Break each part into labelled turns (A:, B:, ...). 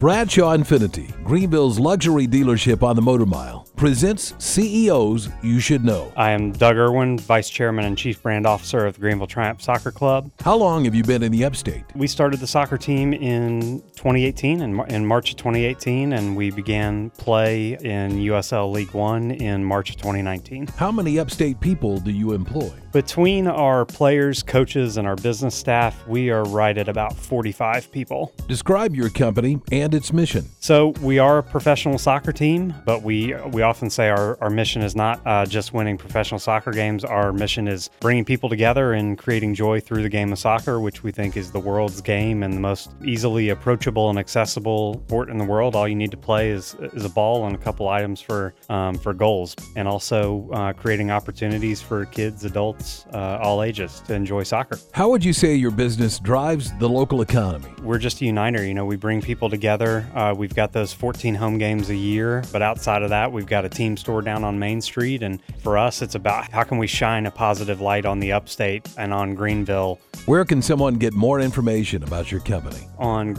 A: Bradshaw Infinity, Greenville's luxury dealership on the Motor Mile, presents CEOs you should know.
B: I am Doug Irwin, Vice Chairman and Chief Brand Officer of the Greenville Triumph Soccer Club.
A: How long have you been in the Upstate?
B: We started the soccer team in 2018, in, Mar- in March of 2018, and we began play in USL League One in March of 2019.
A: How many Upstate people do you employ?
B: Between our players, coaches, and our business staff, we are right at about 45 people.
A: Describe your company and its mission.
B: So we are a professional soccer team, but we we often say our, our mission is not uh, just winning professional soccer games. Our mission is bringing people together and creating joy through the game of soccer, which we think is the world's game and the most easily approachable and accessible sport in the world. All you need to play is is a ball and a couple items for um, for goals, and also uh, creating opportunities for kids, adults, uh, all ages to enjoy soccer.
A: How would you say your business drives the local economy?
B: We're just a uniter. You know, we bring people together. Uh, we've got those 14 home games a year, but outside of that, we've got a team store down on Main Street. And for us, it's about how can we shine a positive light on the upstate and on Greenville
A: Where can someone get more information about your company?
B: on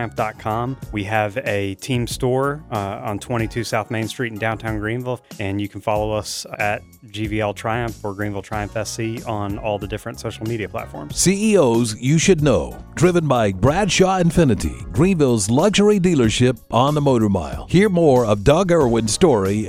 B: greenvilletriumph.com. We have a team store uh, on 22 South Main Street in downtown Greenville, and you can follow us at GVL Triumph or Greenville Triumph SC on all the different social media platforms.
A: CEOs E you should know, driven by Bradshaw Infinity, Greenville's luxury dealership on the Motor Mile. Hear more of Doug Irwin's story